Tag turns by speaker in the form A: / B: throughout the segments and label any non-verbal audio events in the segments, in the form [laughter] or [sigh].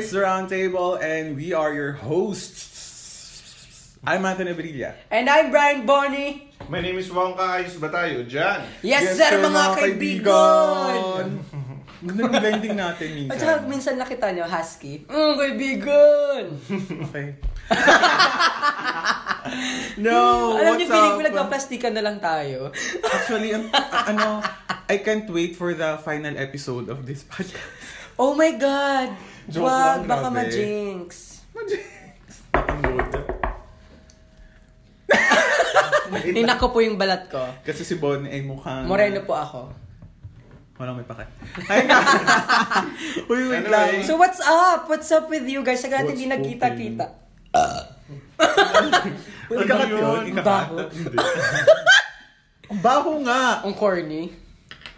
A: Roundtable, and we are your hosts. I'm Anthony Abrilla.
B: And I'm Brian Bonnie.
C: My name is Wong Kaayos ba tayo? Diyan!
B: Yes, sir, mga kaibigan!
A: Ganda ng blending natin minsan.
B: At saka minsan nakita nyo, husky. Mm, kaibigan! [laughs]
A: Okay. no,
B: Alam
A: Oh, what's
B: niyo, feeling
A: up?
B: ko nagpaplastikan na lang tayo. [laughs]
A: Actually, ang- a- ano, I can't wait for the final episode of this podcast.
B: [laughs] Oh my God!
A: Joke
B: Wag,
A: lang,
B: baka
A: grabe.
B: ma-jinx.
A: Nakangod.
B: Ninako po yung balat ko.
A: Kasi si Bon ay mukhang...
B: Moreno po ako.
A: Walang may pakat. Ay, [laughs] na- Uy, wait lang.
C: Anyway.
B: So what's up? What's up with you guys? Saka natin
A: What's
B: hindi nagkita-kita.
A: Uy, ikakat yun.
B: Ang
A: ikakat.
B: baho.
A: Ang baho nga.
B: Ang corny.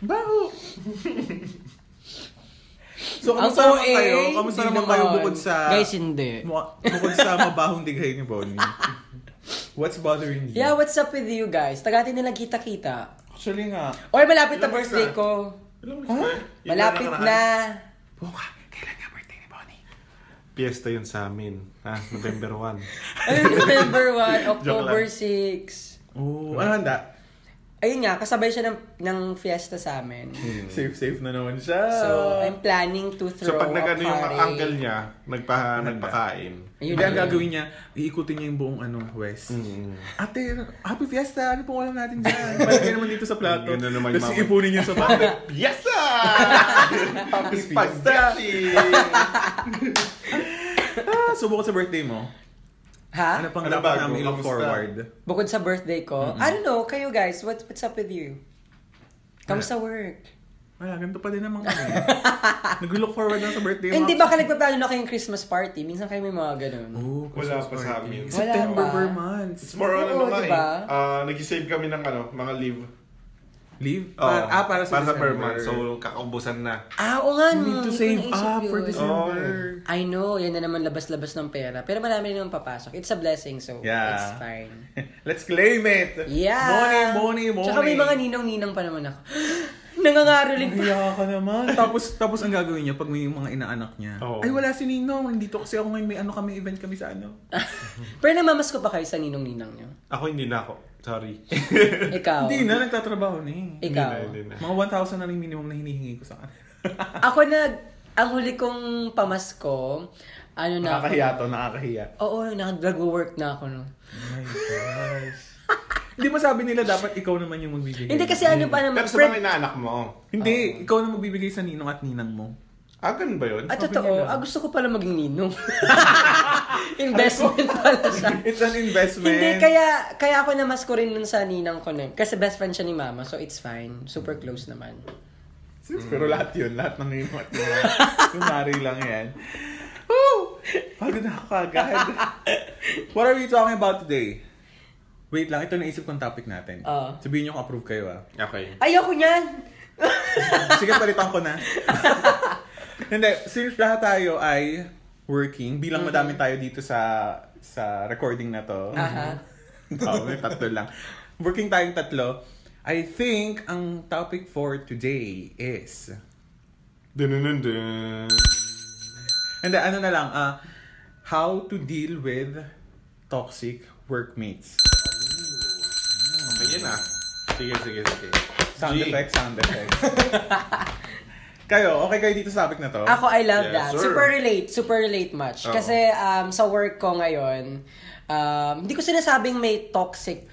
A: Baho. so,
B: Ang
A: kamusta naman
B: OA,
A: kayo? Kamusta
B: hindi
A: naman kayo bukod sa... Hmm.
B: Guys, hindi.
A: mu- bukod sa mabahong dighay ni Bonnie. What's bothering you?
B: Yeah, what's up with you guys? Tagati na lang kita-kita.
A: Actually nga.
B: Or malapit na
C: Ilang weeks
B: birthday
C: na?
B: ko.
C: Huh?
B: Malapit na.
A: Buka, kailan nga birthday ni Bonnie?
C: Piyesta yun sa amin. Ha? November 1.
B: Ay, November
A: [laughs]
B: 1, October
C: lang.
B: 6.
A: Oh, ano handa?
B: Ayun nga, kasabay siya ng, ng fiesta sa amin.
A: Safe, safe na naman siya.
B: So, I'm planning to
C: So
B: throw a
C: pag
B: party.
C: nagano yung uncle niya, nagpa, nagpakain.
B: Ayun
A: Hindi, ang
B: na.
A: gagawin niya, iikutin niya yung buong ano, West.
C: Mm.
A: Ate, happy fiesta! Ano pong alam natin dyan? Malagay naman dito sa plato.
C: Ganun naman yung
A: Tapos
C: mama.
A: ipunin niya sa plato.
C: [laughs] Piyesta!
A: Happy fiesta!
C: Pagdasi!
A: Ah, so, bukod sa birthday mo,
B: Ha?
A: ano pang
C: Ano
A: dapat
C: bago?
A: namin i-look
C: Kamusta?
A: forward?
B: Bukod sa birthday ko, I don't know, kayo guys, what, what's up with you? Kamusta
A: Ano?
B: work?
A: Wala, ganito pa din naman kami. eh.
B: [laughs]
A: Nag-look forward lang sa birthday mo.
B: Hindi ba ka nagpaplano na kayong Christmas party? Minsan kayo may mga ganun.
A: Oh,
C: Wala
A: Christmas
C: pa sa
A: party.
C: amin. Wala
A: September
B: pa.
A: per month.
C: It's more on ano
B: Oo,
C: nga eh.
B: diba?
C: Ah, Nag-save kami ng ano, mga leave.
A: Leave? Para- ah, para sa December.
C: per month. So kakaubusan na.
B: Ah, oo nga.
A: You
B: no,
A: need to
B: hindi ko
A: save
B: naisip
A: up for
B: yun.
A: December.
B: I know, yan na naman labas-labas ng pera. Pero marami naman papasok. It's a blessing, so
A: Yeah.
B: it's fine.
A: [laughs] Let's claim it! Money,
B: Yeah!
A: money, money!
B: Tsaka may mga ninong-ninang pa naman ako. [gasps] Nangangaroling pa. [laughs]
A: Hiya ka naman. tapos, tapos ang gagawin niya pag may mga inaanak niya.
C: Oo.
A: Ay, wala si Ninong. Nandito kasi ako ngayon. May ano kami, event kami sa ano.
B: Pero namamas ko pa kayo sa ninong-ninang
A: [laughs]
B: nyo.
C: Ako hindi na ako. Sorry.
B: Ikaw.
A: Hindi na, nagtatrabaho na eh.
B: Ikaw.
C: Hindi na, hindi na.
A: Mga 1,000 na rin minimum na hinihingi ko sa kanya. [laughs]
B: Ako nag... Ang huli kong pamasko, ano na... ako-
A: Nakakahiya to, nakakahiya.
B: Oo, nag-work na ako no.
A: Oh my [laughs] gosh. Hindi ba sabi nila dapat ikaw naman yung magbibigay?
B: Hindi kasi ano pa naman,
C: Pero sa mga
B: friend...
C: inaanak mo,
A: Hindi, ikaw na magbibigay sa ninong at ninang
B: [laughs]
A: mo.
C: ah, ganun ba yun?
B: At
A: sabi
B: totoo,
A: nila.
B: ah, gusto ko pala maging ninong.
A: [laughs]
B: Investment pala siya.
A: It's an Ano investment.
B: Hindi, kaya, kaya ako namas ko rin nun sa ninang ko na. Kasi best friend siya ni mama, so it's fine. Super close naman.
A: Sis, Pero lahat yun, lahat ng ninong at
B: [laughs]
A: ninang. Sumari lang yan. Woo! Pagod na ako
B: [laughs]
A: agad. What are we talking about today? Wait lang, ito naisip kong topic natin.
B: Oo.
A: Sabihin nyo kung approve kayo ah.
C: Okay.
B: Ayoko
A: [laughs]
B: niyan!
A: Sige, palitan ko na. Hindi, since lahat tayo ay working, bilang madami tayo dito sa sa recording na to.
B: Aha.
A: [laughs] Oo, may tatlo lang. Working tayong tatlo. I think ang topic for today is...
C: Dun-dun-dun-dun.
A: Hindi, ano na lang, ah, how to deal with toxic workmates.
C: Ayan ah. Sige, sige, sige.
A: Sound
C: G.
A: effects, sound effects. [laughs] kayo, okay kayo dito sa topic na to?
B: Ako, I love
C: Yes,
B: that.
C: sir.
B: Super relate. Super relate much.
C: Oo.
B: Kasi um, sa work ko ngayon, um, hindi ko sinasabing may toxic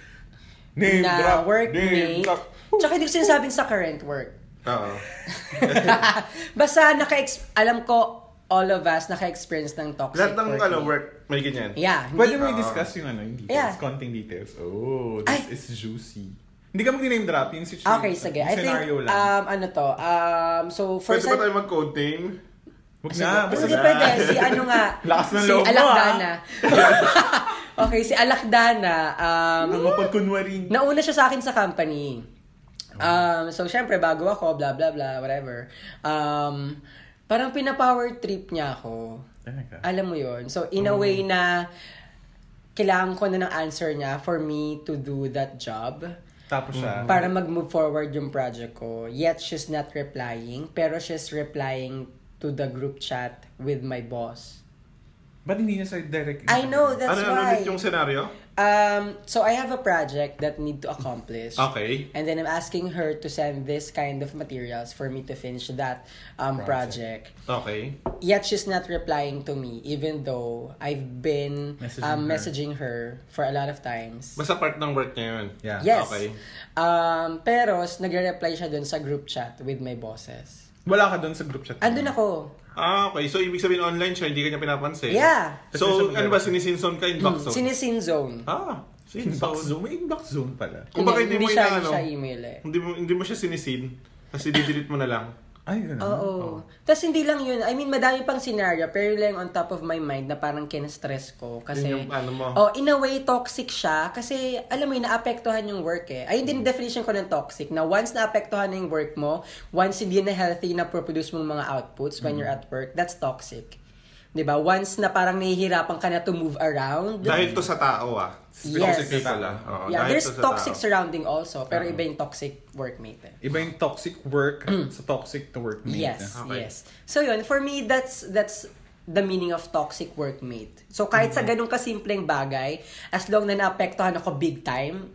A: Name
B: na
A: drop, name
B: workmate.
A: drop.
B: Tsaka hindi ko sinasabing sa current work. [laughs]
C: Oo.
B: Basta naka alam ko, all of us naka-experience ng toxic
C: Lahat ng
B: workmate.
C: ano, work, may ganyan.
B: Yeah. hindi-
A: Pwede mo i-discuss yung ano, yung details,
B: Yeah.
A: konting details. Oh, this
B: Ay.
A: is juicy. Hindi ka mag-name drop, yung situation.
B: Okay, sige.
A: yung
B: I think,
A: scenario lang.
B: um, ano to, um, so
C: Pwede
B: first...
C: ba tayo mag-code name?
A: Huwag
B: Sige.
A: na, basta
B: Hindi
A: na.
B: pwede.
A: [laughs]
B: Si ano nga.
A: Lakas ng
B: si
A: loob mo,
B: Alakdana. [laughs] okay, si Alakdana. Um,
A: Ang mapagkunwaring.
B: nauna siya sa akin sa company. Um, so, syempre, bago ako, blah, blah, blah, whatever. Um, parang pinapower trip niya ako.
A: Talaga?
B: Alam mo yon So, in
C: Mm.
B: a way na kailangan ko na ng answer niya for me to do that job
A: Tapos siya.
B: para
C: Mm.
B: mag-move forward yung project ko. Yet, she's not replying. Pero she's replying to the group chat with my boss.
A: Ba't hindi niya sa direct
B: I know, that's
C: ano ano
B: why.
C: ulit yung scenario?
B: Um, so I have a project that need to accomplish.
C: Okay.
B: And then I'm asking her to send this kind of materials for me to finish that um, project.
C: Okay.
B: Yet she's not replying to me, even though I've been
A: Messaging her.
B: um, messaging her for a lot of times.
C: Basta part ng work niya yun.
A: Yeah.
B: Yes.
C: ah, Okay.
B: Um, pero s- nagre-reply siya dun sa group chat with my bosses.
A: Wala ka doon sa group chat.
B: Andun ako.
C: Ah, okay. So, ibig sabihin online siya, hindi ka niya pinapansin.
B: Yeah. Mm.
C: So, ano ba, sinisinson ka inbox zone?
B: Sinisin zone.
C: ah,
A: Inbox
C: sinson.
A: Zoom? May inbox Zoom pala.
C: Kung bakit hindi mo
B: siya,
C: inaano?
B: siya email eh.
C: Hindi mo, hindi mo siya sinisin. Kasi didelete mo na lang.
A: Ay, ganun.
C: Mm-hmm.
B: Oo. Tapos hindi lang yun. I mean, madami pang scenario, pero yun lang on top of my mind na parang kinastress ko. Kasi,
C: Yun yung ano mo.
B: Oh, in a way, toxic siya. Kasi, alam mo yun, naapektuhan yung work eh. Ayun din yung
C: Mm-hmm.
B: definition ko ng toxic. Na once naapektuhan na yung work mo, once hindi na healthy na produce mong mga outputs when
C: Mm-hmm.
B: you're at work, that's toxic. 'Di ba Once na parang nahihirapan ka na to move around.
C: Dahil to sa tao ah.
B: Yes.
C: Toxic pala. Oo,
B: yeah,
C: dahil
B: there's
C: to sa
B: toxic
C: tao. Mm-hmm.
B: surrounding also, pero iba yung toxic workmate eh.
A: Iba yung toxic work sa toxic to workmate.
B: Mm. Yes,
C: Okay.
B: yes. So yun, for me, that's that's the meaning of toxic workmate. So kahit sa ganun kasimpleng bagay, as long na naapektuhan ako big time,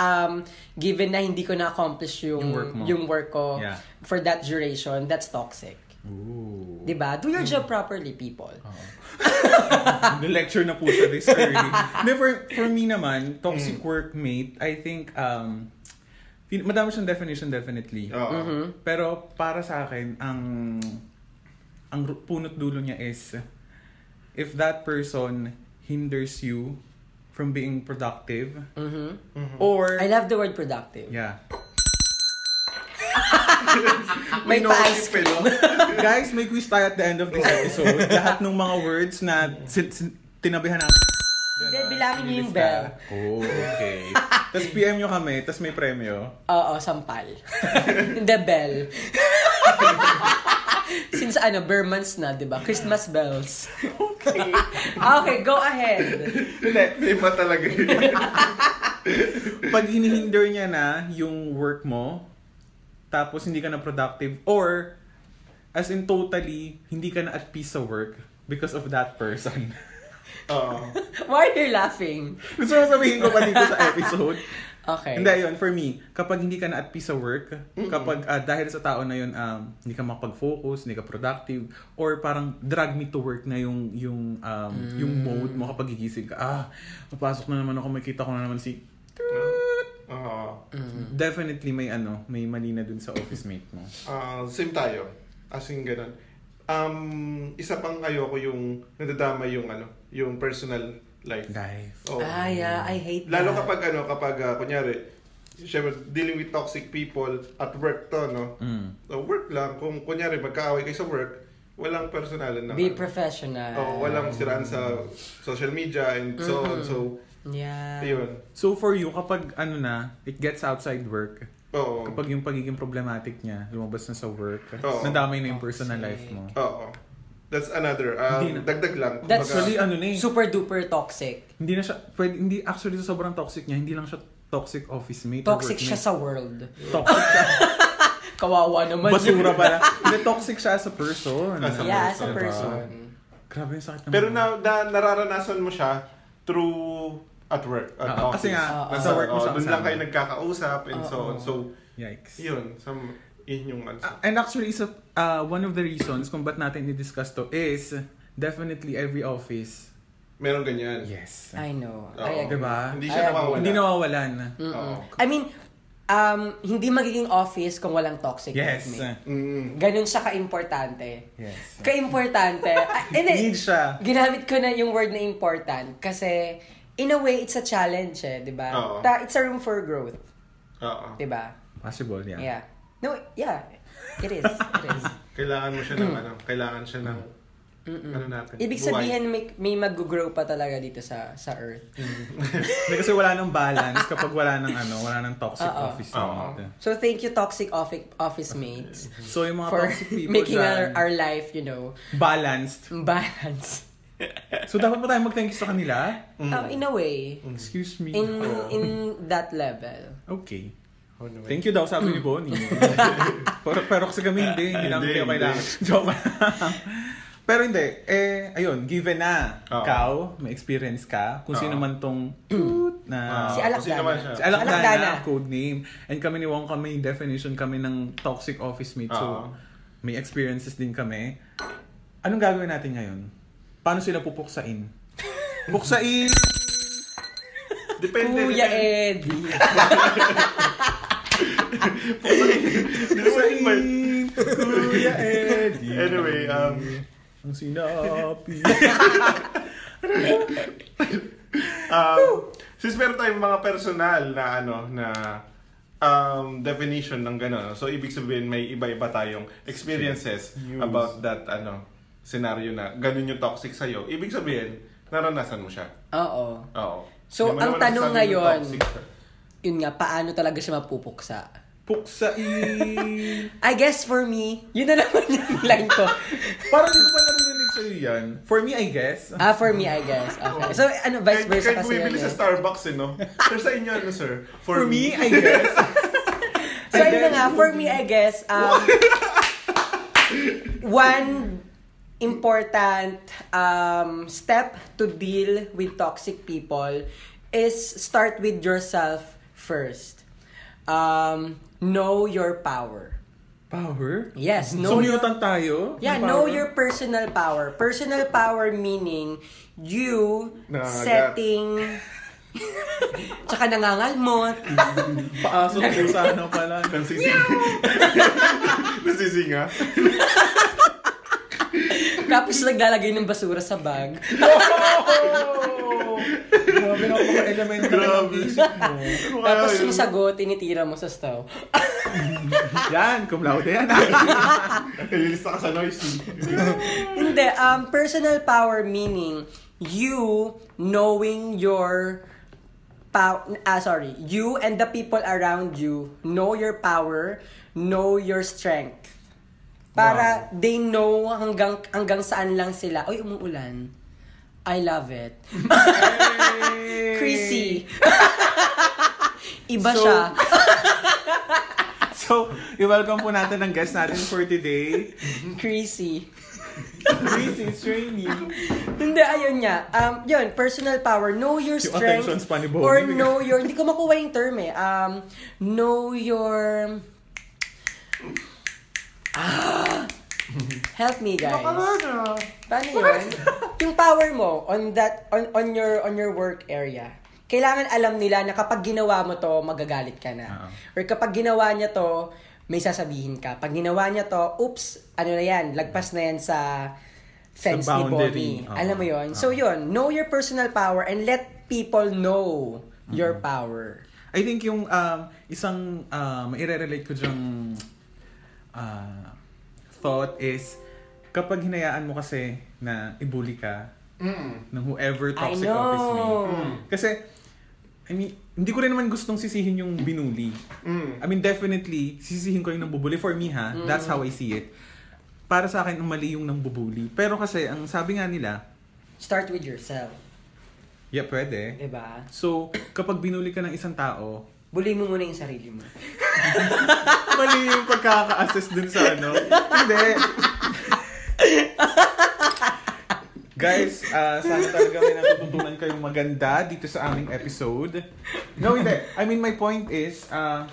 B: um, given na hindi ko na-accomplish yung,
A: Yung work mo.
B: yung work ko
A: Yeah.
B: for that duration, that's toxic.
A: Ooh. [laughs]
B: 'Di ba? Do your job properly, people.
A: Nilecture na po siya this
B: [laughs]
A: early. Hindi, for, for me naman, toxic workmate, I think, um, fin- madami siyang definition definitely.
C: Oo.
B: Mm-hmm.
C: [laughs]
A: Pero para sa akin, ang ang ru- punot dulo niya is if that person hinders you from being productive
B: Mhm.
A: or
B: I love the word productive.
A: yeah
B: May
C: Minor
B: pa-ice
C: trip, eh, no?
A: Guys, may quiz tayo at the end of this episode. Lahat ng mga words na sin- sin- tinabihan natin.
B: Hindi, bilangin niyo yung
A: Ilista.
B: bell.
A: Oh, okay. [laughs] tapos PM nyo kami, tapos may premyo.
B: Oo,
C: [laughs]
B: sampal. The bell. [laughs] Since ano, bare months na, di ba? Christmas bells. Okay. [laughs] okay, go ahead.
A: Hindi.
C: Iba talaga yun. [laughs]
A: Pag hinihinder niya na yung work mo, tapos hindi ka na productive, or as in totally, hindi ka na at peace sa work because of that person. [laughs]
C: Oo.
B: Why are you laughing?
A: Gusto mo sabihin ko pa dito sa episode?
B: Okay.
A: Hindi, yun, for me, kapag hindi ka na at peace sa work, kapag ah, dahil sa tao na yun, um, hindi ka makapag-focus, hindi ka productive, or parang drag me to work na yung yung um, yung mode mo kapag gigising ka. Ah, papasok na naman ako, makita ko na naman si...
C: Oo.
A: Definitely may ano, may mali na dun sa office mate mo.
C: Ah, same tayo. As in, ganun. Um, isa pang ayoko yung nadadama yung ano, yung personal life.
A: Guys.
C: Oo.
B: Ah, yeah, I hate
C: Lalo
B: that.
C: kapag ano, kapag ah, kunyari, syempre, dealing with toxic people at work to, no?
A: Mm.
C: So, work lang. Kung kunyari, magkaaway kayo sa work, walang personalan naman.
B: Be Ah. professional.
C: Oo, walang siraan sa social media and so
B: Mm-hmm.
C: on. So,
B: Yeah.
C: yun.
A: So for you, kapag ano na, it gets outside work,
C: Oo.
A: kapag yung pagiging problematic niya, lumabas na sa work,
C: Oo.
A: nadamay na yung personal life mo.
C: Oo. That's another.
A: Hindi na.
C: Um, dagdag lang.
B: That's-
A: Actually, ano na eh.
B: Super duper toxic.
A: Hindi na siya, pwede, hindi, actually sa sobrang toxic niya, hindi lang siya toxic office mate. or
B: Toxic siya
A: workmate.
B: sa world. [laughs]
A: Toxic siya.
B: Kawawa naman.
A: Basura pala. Hindi, toxic siya as a person.
C: As a
B: Yeah, as a
A: Diba?
B: person.
A: Grabe yung sakit naman.
C: Pero na, na, nararanasan mo siya through at work.
A: Oo,
C: At office.
A: Ah, kasi nga,
B: Oo.
C: Nasa
A: sa work mo
C: Ah, oo,
A: siya
C: Doon lang
A: kasama.
C: kayo nagkakausap and so on. So,
A: Yikes.
C: yun. Some, yun yung ano.
A: Uh, and actually, isa, uh, one of the reasons kung ba't natin i-discuss to is definitely every office.
C: Meron ganyan.
A: Yes.
B: I know.
C: Oo.
B: I agree.
A: Diba?
C: Hindi
B: I
C: siya
B: agree.
C: nawawalan.
A: Hindi nawawalan.
B: Mm-mm.
C: Oo.
B: I mean, um, hindi magiging office kung walang toxic
A: Yes.
B: workmate.
C: Mm.
B: Ganun siya ka-importante.
A: Yes.
B: Ka-importante. Ah, Hindi,
A: Need siya.
B: ginamit ko na yung word na important kasi in a way, it's a challenge eh, di ba?
C: Oo.
B: Ta- It's a room for growth,
C: Oo.
B: di ba?
A: Possible, yeah.
B: Yeah. No, yeah. It is. It
A: [laughs]
B: is.
C: Kailangan mo siya ng ano. Kailangan siya ng ano natin.
B: Ibig
C: buhay.
B: sabihin, may, may mag-grow pa talaga dito sa sa earth.
A: Hindi, kasi wala nang balance kapag wala nang ano, wala nang toxic
B: Oo.
A: office
C: Oo.
A: mate.
B: So, thank you, toxic office, office mates,
A: So yung mga
B: for
A: toxic people
B: [laughs] making our,
A: dyan,
B: our life, you know,
A: balanced.
B: balanced.
A: So dapat ba tayo mag-thank you sa kanila?
C: Mm.
B: Um, in a way,
A: Excuse me.
B: in in that level.
A: Okay.
C: Oh, no.
A: Thank you daw, sabi ni
B: Mm.
A: [laughs] Bonnie. pero, pero kasi kami hindi, hindi namin
C: Hindi,
A: kayo kailangan.
C: hindi.
A: Joke. [laughs] Pero hindi, eh, ayun, given na,
C: Oo.
A: ikaw, may experience ka, kung sino
C: Oo.
A: man tong toot na...
B: Mm.
C: Oo.
B: Si Alak
C: Kasi naman siya.
B: Dana.
A: Si Alak
B: Alak Dana.
A: Dana, code name. And kami ni Wong kami, definition kami ng toxic office mate. So,
C: Oo.
A: may experiences din kami. Anong gagawin natin ngayon? Paano sila [laughs] pupuksain? Puksain!
C: Depende.
B: Kuya eh. Eddie.
C: [laughs] Depende.
A: Kuya Eddie!
C: Anyway, um,
A: Ang [laughs] sinapi!
C: um, since meron tayong mga personal na ano, na um, definition ng gano'n. So, ibig sabihin may iba-iba tayong experiences
A: Yes.
C: about that ano, scenario na ganun yung toxic sa'yo. Ibig sabihin, naranasan mo siya.
B: Oo.
C: Oo.
B: So,
C: Hindi mo
B: ang
C: naman
B: tanong
C: nasabi yung
B: ngayon-
C: toxic siya.
B: Yun nga, paano talaga siya mapupuksa?
A: Puksain!
B: I guess for me, yun na naman [laughs] yung line ko.
A: Parang hindi ko pa narinig sa'yo yan. For me, I guess.
B: Ah, for me, I guess. Okay. So, ano, vice
C: Kahit-
B: versa
C: kahit
B: kasi yun.
C: bumibili sa
B: eh.
C: Starbucks, eh, no? Pero sa inyo, ano, sir?
A: For me, I guess.
B: So, yun na nga, for me, I guess, um, [laughs] one important um, step to deal with toxic people is start with yourself first. Um, know your power.
A: [laughs] Power?
B: Yes,
A: No, so,
B: know your
A: mutant tayo?
B: Yeah,
A: Ng
B: know
A: power?
B: your personal power. Personal power meaning you
C: Nangangagat.
B: setting tsaka nangangalmot.
A: Paaso [laughs] ko sana pala.
C: Nagsising. [laughs] Nagsising, ha?
B: tapos naglalagay ng basura sa bag.
A: Oh! Grabe na mga elemental ng
C: Grabe.
A: isip mo.
C: Ano kaya
B: tapos
C: yun?
B: yung sagot, tinitira mo sa stove.
A: Yan, cum laude yan.
C: Nililista ka sa noise.
B: Hindi, um, personal power meaning you knowing your pow- ah, sorry, you and the people around you know your power, know your strength. Para they know hanggang hanggang saan lang sila. Oy, umuulan. I love it. Chrissy. Iba
A: So-
B: siya.
A: So, i-welcome po natin ang guest natin for today.
B: Chrissy.
A: Chrissy Training.
B: Hindi, ayun nga. Um, yun, personal power. Know your
A: Yung
B: strength.
A: attention span ni Bonnie.
B: Or know your... Hindi ko makuha yung term eh. Um, know your... Ah! Help me, guys. Paano yun? yung power mo on that on on your on your work area. Kailangan alam nila na kapag ginawa mo to, magagalit ka na. Or kapag ginawa niya to, may sasabihin ka. Pag ginawa niya to, oops, ano na yan, lagpas na yan sa fence ni
A: boundary.
B: Bonnie.
A: Oo.
B: Alam mo yon So yon know your personal power and let people know your
A: Mm-hmm.
B: power.
A: I think yung um, isang um, irerelate ko dyang ah, thought is kapag hinayaan mo kasi na ibuli ka ng whoever toxic
B: I know.
A: office mate. Kasi I mean, hindi ko rin naman gustong sisihin yung binuli. I mean, definitely, sisihin ko yung nambubuli. For me, ha? That's how I see it. Para sa akin, mali yung nambubuli. Pero kasi, ang sabi nga nila,
B: Start with yourself.
A: yeah, pwede.
B: Diba?
A: So, kapag binuli ka ng isang tao,
B: Bully mo muna yung sarili mo.
A: Mali yung pagkaka-assess dun sa ano. Hindi. Guys, ah, sana talaga may natututunan kayong maganda dito sa aming episode. No, hindi. I mean, my point is, ah,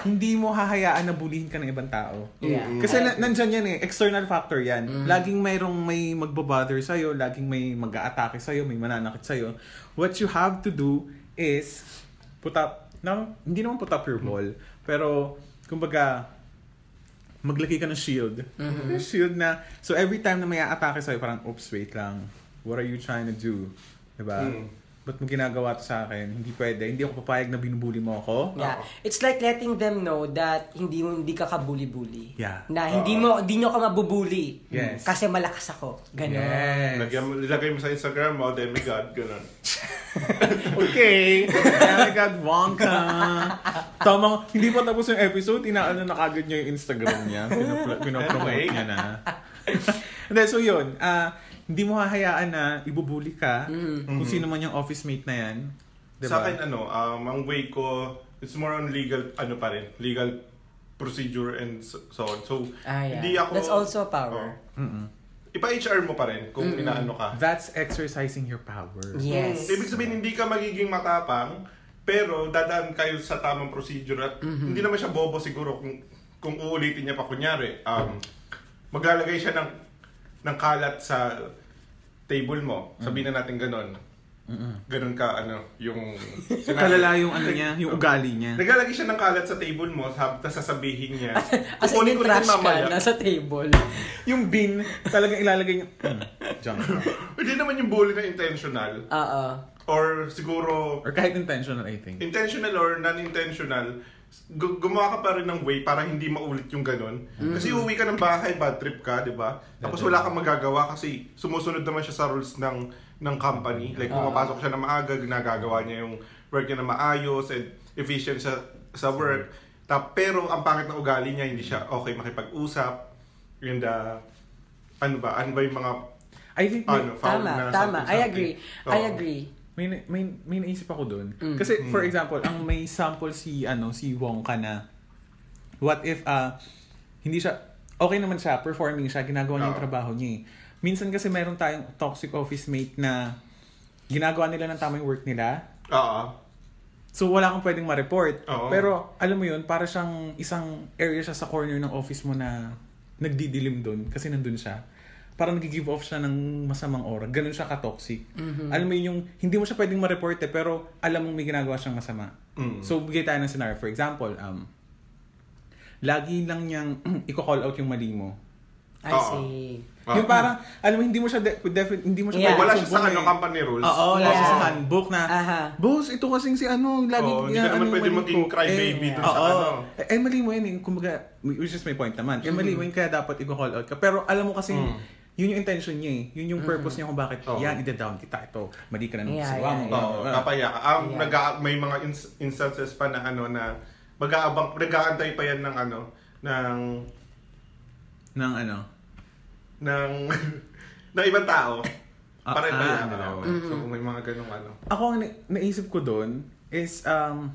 A: hindi mo hahayaan na bulihin ka ng ibang tao.
B: Yeah.
A: Kasi na- nandyan yan eh, external factor yan. Laging mayroong may magbabother sa'yo, laging may mag-aatake sa'yo, may mananakit sa'yo. What you have to do is put up, no, hindi naman put up your wall, pero kumbaga, maglagay ka ng shield. Shield na, so every time na may aatake sa'yo, parang, oops, wait lang. What are you trying to do? Diba?
C: Mm.
A: Ba't mo ginagawa to sa akin? Hindi pwede. Hindi ako papayag na binubuli mo ako.
B: Yeah.
C: Oo.
B: It's like letting them know that hindi mo hindi ka kabuli-buli.
A: Yeah.
B: Na hindi mo hindi nyo ka mabubuli.
A: Yes.
B: Kasi malakas ako. Ganun.
A: Yes.
C: Lagyan mo, ilagay mo sa Instagram mo, demigod, ganun.
A: Okay. Very God Wonka. Tama, hindi pa tapos yung episode, inaano na kagad niya yung Instagram niya. Pinopro- Pinopromote niya na. Hindi, so yun. ah, hindi mo hahayaan na ibubuli ka kung sino man yung office mate na yan. Diba?
C: Sa akin, ano, um, ang way ko, it's more on legal, ano pa rin, legal procedure and so so on. So,
B: Ah, yeah.
C: hindi ako... Oh.
B: That's also a power.
C: Oo. ipa-HR mo pa rin kung inaano ka.
A: That's exercising your power.
B: Yes.
C: Ibig sabihin, hindi ka magiging matapang, pero dadaan kayo sa tamang procedure at
B: Mm-hmm.
C: hindi naman siya bobo siguro kung, kung uulitin niya pa. Kunyari, um, maglalagay siya ng, ng kalat sa table mo. Sabihin
B: Mm-hmm.
C: na natin ganon. Ganon ka, ano,
B: [laughs]
C: yung...
A: Kalala yung ano niya, yung ugali niya.
C: Naglalagay siya ng kalat sa table mo, sab- tapos sasabihin niya,
B: [laughs] As in, yung
C: kukunin ko na
B: trash
C: yan mamaya.
B: can nasa table.
C: [laughs]
A: Yung bin, talagang ilalagay niya. Mm, junk.
C: Hindi naman yung bully na intentional.
B: Oo.
C: Or siguro,
A: Or kahit intentional, I think.
C: intentional or non-intentional, gu- gumawa ka pa rin ng way para hindi maulit yung ganun. Kasi uuwi ka ng bahay, bad trip ka, di ba? Tapos wala kang magagawa kasi sumusunod naman siya sa rules ng ng company. Like, pumapasok siya na maaga, ginagagawa niya yung work niya na maayos and efficient sa, sa work. Ta- pero ang pangit na ugali niya, hindi siya okay makipag-usap. And, ah, ano ba? Ano ba yung mga,
A: I think may,
C: ano,
B: Tama,
C: foul na
B: tama. I
C: something-something?
B: agree. I
C: Oo.
B: agree.
A: may, may, may naisip ako dun. Kasi, for example, ang may sample si, ano, si Wong ka na, what if, ah, hindi siya, okay naman siya, performing siya, ginagawa niya yung
C: Oo.
A: trabaho niya eh. Minsan kasi meron tayong toxic office mate na ginagawa nila ng tama yung work nila,
C: Oo.
A: So wala kang pwedeng ma-report.
C: Oo.
A: Pero alam mo yun, para siyang isang area siya sa corner ng office mo na nagdidilim doon kasi nandun siya. Parang nag-give off siya ng masamang aura. Ganun siya ka-toxic.
B: Mm-hmm.
A: Alam mo yun, yung hindi mo siya pwedeng ma-report eh, pero alam mong may ginagawa siyang masama.
C: Mm.
A: So bigay tayo ng scenario. For example, um, lagi lang niyang [clears throat] i-call out yung mali mo.
B: I
C: Oo.
B: see.
C: Ah.
A: Yung parang, alam mo, hindi mo siya, de- defi- hindi mo siya
B: Yeah.
A: pwedeng
C: Wala siya sa
A: sumbungin.
C: ano, company rules.
A: Oo, wala
B: Yeah.
A: siya sa handbook na,
B: Aha.
A: boss, ito kasing si ano, lagi,
C: Oo, hindi ka
A: ah,
C: naman
A: ano,
C: pwede
A: mali
C: maging
A: ko."
C: crybaby
A: Eh,
C: dun sa
A: oo.
C: ano.
A: Eh, eh, mali mo yan, eh. kumbaga, which is my point naman. Eh, mali mo yun, kaya dapat i-call out ka. Pero alam mo kasi, yun yung intention niya eh. Yun yung purpose niya kung bakit,
C: Hmm. Oo.
A: yan, i-down kita. Ito, mali ka na nung
B: Hmm. Yeah,
A: yeah, mo.
B: yeah,
A: blah,
C: Oo,
A: blah, blah.
C: papaya ka. Um,
B: Yeah.
C: nag- may mga ins- instances pa na ano na mag-aabang, nag-aantay pa yan ng ano, ng,
A: Nang ano.
C: ng, [laughs] ng ibang tao.
A: Ah,
C: para
A: ah,
C: ipaya ka
A: ano.
C: daw.
B: Mm-hmm.
C: So, may mga ganong ano.
A: Ako, ang na- naisip ko doon is, um,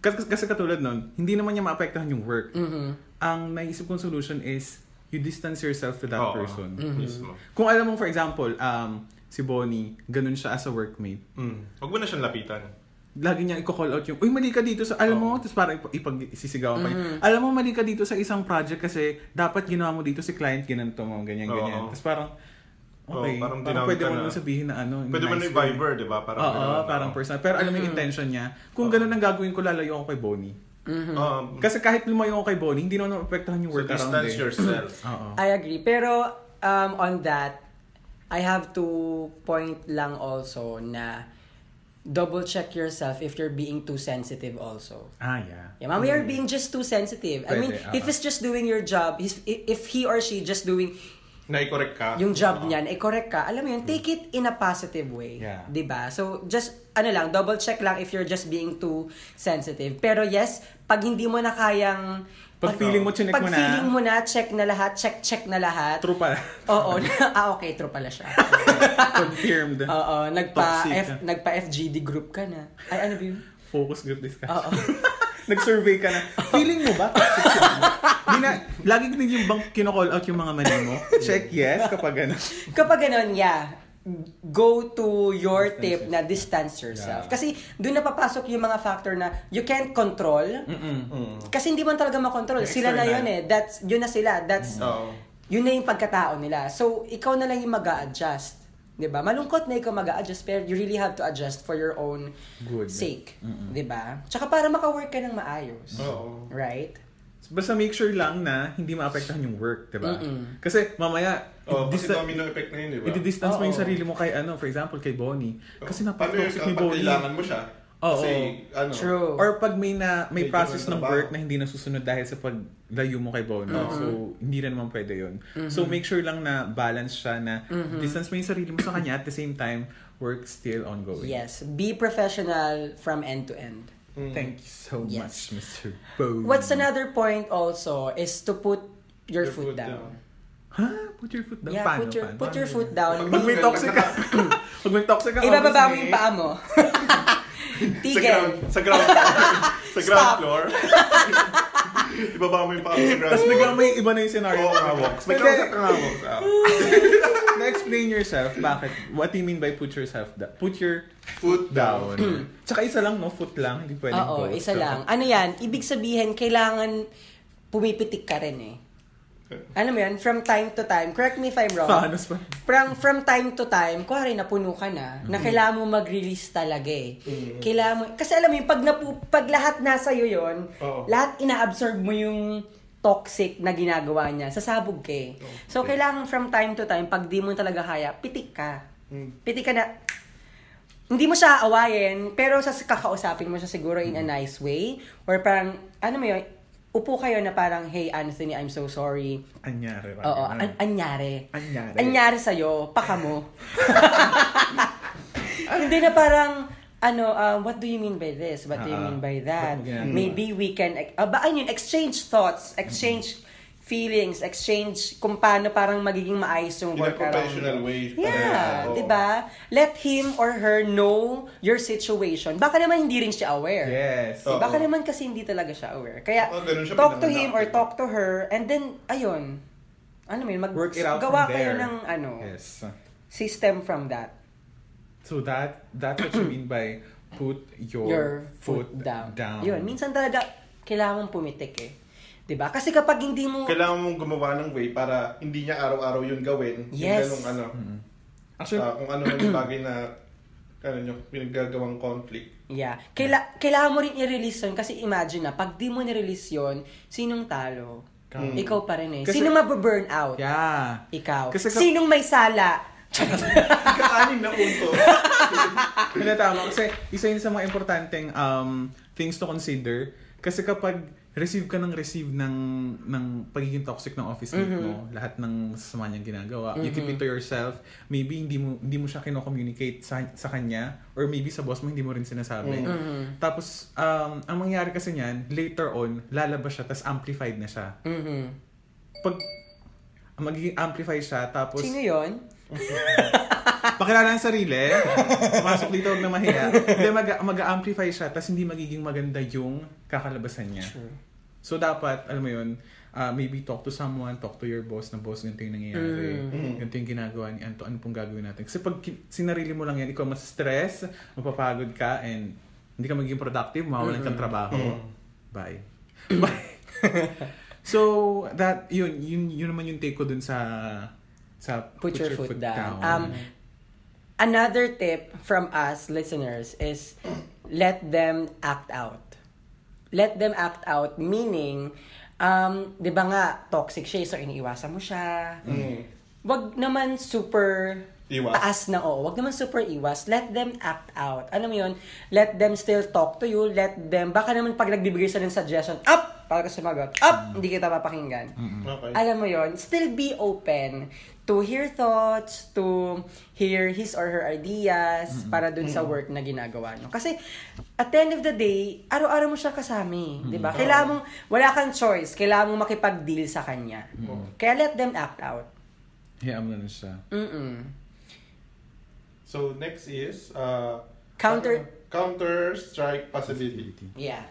A: kasi, kasi katulad nun, hindi naman niya maapektuhan yung
B: Hmm.
A: work.
B: Mm-hmm.
A: Ang naisip kong solution is, you distance yourself to that
C: Oo,
A: person.
B: Hmm. Mm-hmm.
C: Mismo.
A: Kung alam mo, for example, um, si Bonnie, ganun siya as a workmate.
C: Mm. Huwag mo na siyang lapitan.
A: Lagi niya i-call out yung, uy, mali ka dito sa, alam mo, tapos parang ip- ipagsisigawan pa niya.
C: Mm-hmm.
A: Alam mo, mali ka dito sa isang project kasi dapat ginawa mo dito si client, ganito mo, ganyan,
C: Oo.
A: ganyan. Tapos parang, okay,
C: Oo,
A: parang,
C: parang tinawag
A: pwede
C: ka
A: mo
C: na.
A: naman sabihin na ano. in a
C: Pwede mo na
A: nice
C: yung
A: way.
C: Viber, di ba? Parang,
A: Oo,
C: ganun,
A: parang
C: ano.
A: personal. Pero alam mo yung intention niya, kung ganun ang gagawin ko, lalayo ako kay Bonnie.
B: Mm-hmm.
C: Um,
A: Kasi kahit lumayo ako kay Bonnie, hindi naman maapektuhan yung
C: so
A: work around
C: distance
A: eh.
C: yourself.
A: Oo.
B: I agree. Pero um, on that, I have to point lang also na double check yourself if you're being too sensitive also.
A: Ah, yeah.
B: Yeah, mami, you're being just too sensitive. I
A: Pwede,
B: mean,
A: ah.
B: if it's just doing your job, if, if he or she just doing
C: Na-correct
A: Ah.
C: ka.
B: yung job
C: Oo.
B: niyan, eh correct ka. Alam mo yun, take it in a positive way.
A: Yeah.
B: 'Di ba? So, just, ano lang, double check lang if you're just being too sensitive. Pero yes, pag hindi mo na kayang... ano,
A: Pag feeling mo, chinek
B: pag
A: mo na.
B: feeling mo na, check na lahat, check, check na lahat.
A: True pala. [laughs]
B: Oo. [laughs] ah, okay, true pala siya.
A: Confirmed.
C: [laughs]
B: Oo, nagpa,
A: Toxic.
B: F, nagpa FGD group ka na. Ay, ano ba yun?
A: Focus group discussion.
B: Oo.
A: Nag-survey ka na. Feeling mo ba? toxic siya? Di na, lagi ko din yung bang kinocall out yung mga mali mo. [laughs] Check yes kapag ano.
B: Kapag ganun, yeah, go to your tip na distance yourself.
A: Yeah.
B: Kasi doon napapasok yung mga factor na you can't control. Kasi hindi mo talaga makontrol.
A: Yung
B: Sila na
A: external. Mm. Oh.
B: yun eh. That's, yun na sila. That's,
C: Oo.
B: yun na yung pagkatao nila. So, ikaw na lang yung mag adjust 'Di ba? Malungkot na ikaw mag adjust pero you really have to adjust for your own
A: Good.
B: sake. 'Di ba? Tsaka para maka-work ka ng maayos.
A: Mm.
C: Oo.
B: Right?
A: Basta make sure lang na hindi maapektuhan yung work, di ba?
B: Mm-mm.
A: Kasi mamaya,
C: Oo, Oh, kasi
A: ididista-
C: domino effect na yun, di ba? Oh,
A: ididistance mo yung
B: Oo.
A: sarili mo kay ano, for example, kay Bonnie. Kasi
C: Paano yun
A: napaka-toxic ni
C: kapag
A: Bonnie.
C: kailangan mo siya?
A: Oo.
C: Kasi, ano,
B: True.
A: Or pag may na may
C: Medyo
A: process
C: may
A: ng
C: trabaho.
A: work na hindi nasusunod dahil sa paglayo mo kay Bono. So, hindi na naman pwede yun. So, make sure lang na balance siya na distance mo yung sarili mo sa kanya at the same time, work still ongoing.
B: yes, be professional from end to end.
A: Thank you so
B: Mm. Yes.
A: much, Mr. Bono.
B: What's another point also is to put your,
C: Your
B: foot,
C: foot
B: down.
A: Huh? Put your foot down.
B: Yeah,
A: paano?
B: put your
A: paano?
B: put your
C: Paano
B: foot
C: yun?
B: down.
A: Pag may toxic ka,
B: [laughs]
A: pag may toxic ka,
B: Ibababa mo
A: obviously,
B: yung paa mo.
C: [laughs] Sa ground,
B: Tigil.
C: [laughs] sa ground, sa ground
B: Stop.
C: floor. [laughs] Ibaba mo yung paa mo sa grass.
A: Tapos biglang may iba na yung scenario.
C: Oo, nga, Wox. May
A: Hindi.
C: kausap ka nga, Wox. Ah.
A: Na-explain yourself, bakit? What do you mean by put yourself down? Put your
C: Foot down.
A: down. [clears throat] Tsaka isa lang, no? Foot lang, hindi pwedeng
B: Oo,
A: both.
B: isa lang. Ano yan, ibig sabihin, kailangan pumipitik ka rin eh. Ano mo yan, from time to time, correct me if I'm wrong.
A: Panos pa.
B: From, from time to time, kuwari napuno ka na, na kailangan mo mag-release talaga eh. Kailangan mo, kasi alam mo yun, pag, napu, pag lahat nasa iyo yun,
C: Oo.
B: lahat ina-absorb mo yung toxic na ginagawa niya, sasabog ka eh. So, kailangan from time to time, pag di mo talaga kaya, pitik ka. Pitik ka na, hindi mo siya aawayin, pero sa kakausapin mo siya siguro in a nice way. Or parang, ano mo yun, upo kayo na parang, hey Anthony, I'm so sorry.
A: Anyari lang.
B: Oo, an- anyari.
A: Anyari.
B: Anyari sa'yo, paka [laughs] mo. Hindi na parang, ano, um, what do you mean by this? What do you
A: Ah,
B: mean by that?
A: ba't mo ginagawa?
B: Maybe we can, uh, ba, ayun, exchange thoughts, exchange feelings, exchange kung paano parang magiging maayos yung
C: In a
B: work around.
C: professional way.
B: Yeah,
C: Oo.
B: 'di ba? Let him or her know your situation. Baka naman hindi rin siya aware.
A: Yes.
C: Oo.
B: Eh, Baka naman kasi hindi talaga siya aware. Kaya
C: Oo, ganun siya
B: talk to
C: pinanganak, diba?
B: him or
C: di ba?
B: talk to her and then ayun. Ano mo yun, mag
A: Work it out
B: gawa
A: from
B: kayo
A: there.
B: ng ano,
A: Yes.
B: system from that.
A: So that, that's what you mean by put your,
B: Your foot, down. Yun, minsan talaga kailangan mong pumitik eh. 'Di ba? Kasi kapag hindi mo
C: Kailangan mong gumawa ng way para hindi niya araw-araw yun gawin.
B: Yes.
C: Yung ganung ano.
A: Actually,
C: ah, kung ano man yung bagay na ano nyo, pinaggagawang conflict.
B: Yeah. Kaila- kailangan mo rin i-release yun kasi imagine na, pag di mo ni-release yun, sinong talo?
A: Ikaw.
C: Hmm.
B: Ikaw pa rin eh.
A: Kasi-
B: sinong mababurn out?
A: yeah.
B: Ikaw.
A: Kasi ka-
B: sinong may sala?
C: Kakaanin na [laughs] punto.
A: Hindi tama. Ah, Kasi isa yun sa mga importanteng um, things to consider. Kasi kapag receive ka ng receive ng ng pagiging toxic ng office mate mo, lahat ng sama niyang ginagawa, you keep it to yourself, maybe hindi mo hindi mo siya kino-communicate sa, sa kanya or maybe sa boss mo hindi mo rin sinasabi. Tapos um, ang mangyayari kasi niyan, later on lalabas siya tapos amplified na siya.
B: mm
A: Pag magiging amplify siya tapos
B: Sino yun?
A: Pakilala ang sarili. Pumasok dito, huwag na mahiya. Hindi, mag- mag-amplify siya, tapos hindi magiging maganda yung kakalabasan niya.
B: Sure.
A: So, dapat, alam mo yun, ah, maybe talk to someone, talk to your boss, na boss, ganito yung nangyayari.
B: Mm.
A: Ganito yung ginagawa ni Anto, ano pong gagawin natin. Kasi pag kin- sinarili mo lang yan, ikaw mas stress, mapapagod ka, and hindi ka magiging productive, mawawalan kang trabaho.
B: Mm.
A: Bye. Bye. [laughs] so, that, yun, yun, yun naman yung take ko dun sa sa
B: Put, your, foot, down. Um, another tip from us listeners is let them act out. Let them act out meaning um 'di ba nga toxic siya so iniiwasan mo siya.
C: Hmm.
B: Wag naman super
C: Iwas.
B: taas na oo. Wag naman super iwas. Let them act out. Alam mo 'yun? Let them still talk to you. Let them baka naman pag nagbibigay siya ng suggestion, up para ka sumagot. Up, hindi kita papakinggan.
C: Okay.
B: Alam mo yon, still be open to hear thoughts, to hear his or her ideas para dun sa work na ginagawa nyo. Kasi at the end of the day, araw-araw mo siya kasami, 'di ba? Kailangan mong wala kang choice, kailangan mong makipag-deal sa kanya. Kaya let them act out.
A: Hiyam na na siya.
B: Mm.
C: So, next is, uh,
B: Counter-
C: counter strike possibility.
B: Yeah.